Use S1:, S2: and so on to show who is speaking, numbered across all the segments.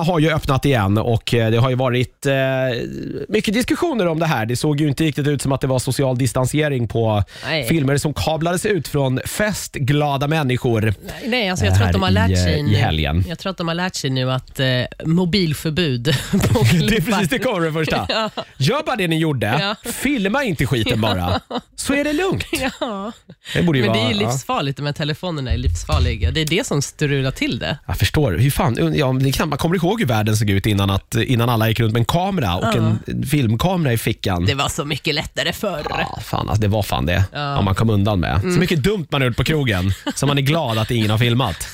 S1: har ju öppnat igen och eh, det har ju varit eh, mycket diskussioner om det här. Det såg ju inte riktigt ut som att det var social distansering på
S2: Nej.
S1: filmer som kablades ut från festglada människor.
S2: Nej, alltså jag
S1: Det
S2: tror
S1: här
S2: att de har
S1: i,
S2: lärt sig
S1: eh,
S2: nu.
S1: i helgen.
S2: Jag tror att de har lärt sig nu att eh, mobilförbud på
S1: Det är
S2: klubbar.
S1: precis det kommer det första.
S2: Ja.
S1: Gör bara det ni gjorde.
S2: Ja.
S1: Filma inte skiten bara, så är det lugnt.
S2: Ja.
S1: Det borde ju
S2: Men det
S1: vara,
S2: är ju
S1: ja.
S2: livsfarligt, de här telefonerna är livsfarliga. Det är det som strular till det.
S1: Jag förstår. Hur fan, ja, det är knappt- man kommer ihåg hur världen såg ut innan, att, innan alla gick runt med en kamera och en filmkamera i fickan.
S2: Det var så mycket lättare förr.
S1: Ja, fan, alltså, det var fan det ja. man kom undan med.
S2: Mm.
S1: Så mycket dumt man har gjort på krogen, så man är glad att ingen har filmat.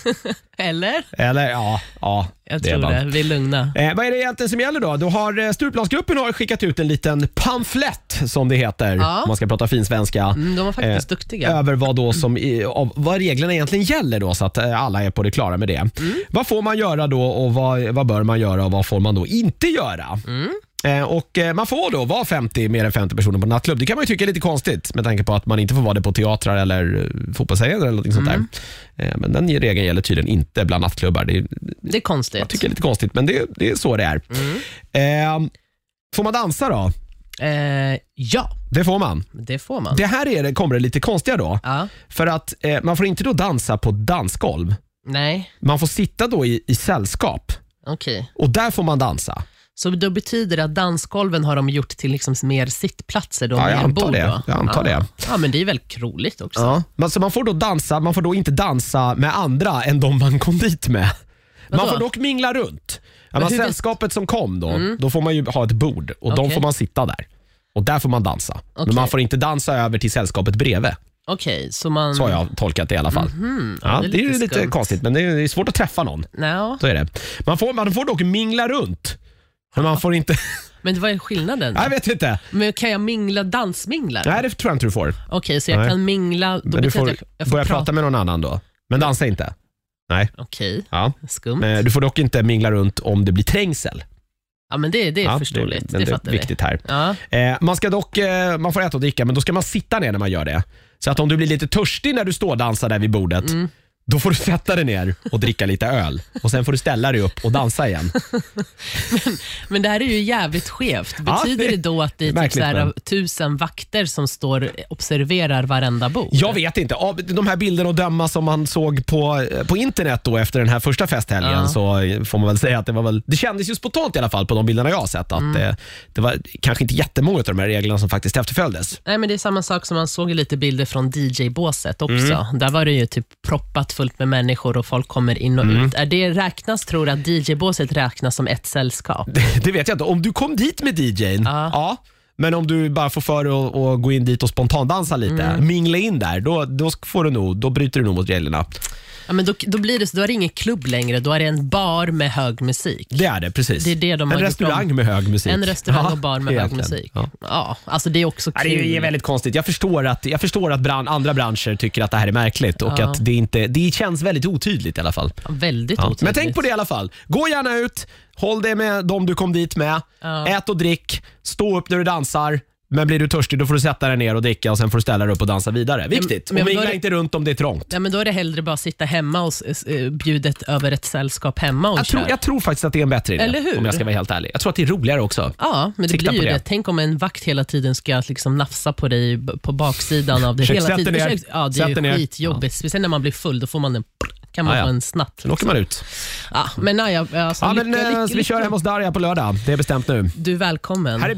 S2: Eller?
S1: Eller ja, ja
S2: Jag
S1: är
S2: tror
S1: man.
S2: det. Vi är lugna.
S1: Eh, vad är det egentligen som gäller då? då har, eh, Stureplansgruppen har skickat ut en liten pamflett, som det heter,
S2: Ja.
S1: om man ska prata finsvenska.
S2: Mm, de var
S1: Eh,
S2: faktiskt duktiga.
S1: Över vad, då som, i- av, vad reglerna egentligen gäller då, så att eh, alla är på det klara med det. Vad får man göra då och vad, vad bör man göra och vad får man då inte göra? Eh, Och eh, Man får då vara 50, mer än 50 personer på en nattklubb. Det kan man ju tycka är lite konstigt med tanke på att man inte får vara det på teatrar eller eh, fotbollsarenor eller något sånt där. Eh, Men den regeln gäller tydligen inte bland nattklubbar. Det är
S2: Det är konstigt.
S1: jag tycker det är lite konstigt, men det, det är så det är. Eh, får man dansa då?
S2: Eh, ja,
S1: Det får man.
S2: det får man.
S1: Det här är, det- kommer det lite konstiga då.
S2: Ja.
S1: För att eh, man får inte då dansa på dansgolv.
S2: Nej,
S1: Man får sitta då i, i sällskap
S2: okej.
S1: och där får man dansa.
S2: Så då betyder det att dansgolven har de gjort till liksom mer sittplatser, då,
S1: Ja, jag
S2: mer
S1: antar
S2: bord?
S1: det.
S2: Då?
S1: Jag antar
S2: ja.
S1: det.
S2: Ja, men det är väl roligt också.
S1: Men, så man får då dansa, man får då inte dansa med andra än de man kom dit med. Man
S2: Vadå?
S1: får dock mingla runt. Ja, men
S2: hur vet- Mm.
S1: sällskapet som kom då, då får man ju ha ett bord och de
S2: Okej.
S1: får man sitta där. Och där får man dansa. Men
S2: Okej.
S1: man får inte dansa över till sällskapet bredvid.
S2: Okej, så man... Mhm,
S1: Så har jag tolkat det i alla
S2: Mm.
S1: fall. Ja, det är lite,
S2: skumt.
S1: konstigt, men det är, det är svårt att träffa någon.
S2: Nja,
S1: Så är det. Man får, man får dock mingla runt. Men man får inte...
S2: Men vad är skillnaden?
S1: Jag vet inte.
S2: Men kan jag mingla dansminglar?
S1: Nej, det tror jag inte du får.
S2: Okej, så jag
S1: Nej.
S2: kan mingla, då
S1: Men du
S2: betyder
S1: får,
S2: det att jag, jag får
S1: börja prata.
S2: prata.
S1: med någon annan då. Men dansa inte.
S2: Okej,
S1: Ja.
S2: skumt.
S1: Men du får dock inte mingla runt om det blir trängsel.
S2: ja, men det, det är
S1: ja,
S2: förståeligt.
S1: men
S2: Det, fattar
S1: är
S2: vi.
S1: viktigt här.
S2: Ja.
S1: Eh, man ska dock eh, man får äta och dricka, men då ska man sitta ner när man gör det. Så att om du blir lite törstig när du står och dansar där vid bordet,
S2: Mm.
S1: då får du sätta dig ner och dricka lite öl. Och Sen får du ställa dig upp och dansa igen.
S2: Men det här är ju jävligt skevt.
S1: Ja,
S2: Betyder
S1: det-
S2: det då att det är typ
S1: märkligt,
S2: så här,
S1: men-
S2: tusen vakter som står observerar varenda bord?
S1: Jag vet inte. Av de här bilderna och döma som man såg på, eh, på internet då efter den här första festhelgen
S2: Ja.
S1: så får man väl säga att det var väl, det kändes ju spontant i alla fall på de bilderna jag har sett att
S2: Mm.
S1: eh, det var kanske inte jättemånga av de här reglerna som faktiskt efterföljdes.
S2: Nej, men det är samma sak som man såg ju lite bilder från DJ-båset också.
S1: Mm.
S2: Där var det ju typ proppat fullt med människor och folk kommer in och
S1: Mm.
S2: ut. Är det räknas, tror du, att DJ-båset räknas som ett sällskap?
S1: Det, det vet jag inte. Om du kom dit med DJn, ja.
S2: Ja.
S1: men om du bara får för dig att- att gå in dit och spontandansa lite,
S2: Mm.
S1: mingla in där, då, då, får du nog, då bryter du nog mot reglerna.
S2: Ja, men då, då, blir det, så- då är det ingen klubb längre, då är det en bar med hög musik.
S1: Det är det, precis.
S2: Det är det de
S1: en
S2: har gjort
S1: restaurang
S2: om.
S1: med hög musik.
S2: En restaurang
S1: Ja,
S2: och bar med hög
S1: egentligen.
S2: musik.
S1: Ja.
S2: Ja. alltså det är också
S1: Ja,
S2: kul.
S1: det är ju väldigt konstigt. Jag förstår att, jag förstår att bran, andra branscher tycker att det här är märkligt och
S2: Ja.
S1: att det, inte, det känns väldigt otydligt i alla fall.
S2: väldigt
S1: Ja.
S2: otydligt.
S1: Men tänk på det i alla fall. Gå gärna ut, håll dig med de du kom dit med,
S2: Ja.
S1: ät och drick, stå upp när du dansar. Men blir du törstig då får du sätta dig ner och dricka och sen får du ställa dig upp och dansa vidare. Viktigt.
S2: Men- men
S1: och mingla
S2: då är det-
S1: inte runt om det är trångt.
S2: Ja, men då är det hellre bara att sitta hemma och s- eh, bjudet över ett sällskap hemma och
S1: Jag tror,
S2: köra.
S1: jag tror faktiskt att det är en bättre idé
S2: Eller hur?
S1: om jag ska vara helt ärlig. Jag tror att det är roligare också.
S2: Ja, men det
S1: Sikta
S2: blir ju
S1: på
S2: det.
S1: det.
S2: Tänk om en vakt hela tiden ska liksom nafsa på dig b- på baksidan av det
S1: Försök, sätt
S2: hela tiden.
S1: dig ner.
S2: Försök, ja, det
S1: Sätt dig ner.
S2: är ju skitjobbigt. Speciellt när man blir full, då får man en kan man
S1: Ja, ja.
S2: få en snatt.
S1: Sen åker man ut.
S2: Ja, men nej, jag- alltså,
S1: Ja,
S2: lycka,
S1: men, eh,
S2: lycka,
S1: vi kör
S2: lycka.
S1: hem hos Darja på lördag. Det är bestämt nu.
S2: Du är välkommen.
S1: Här är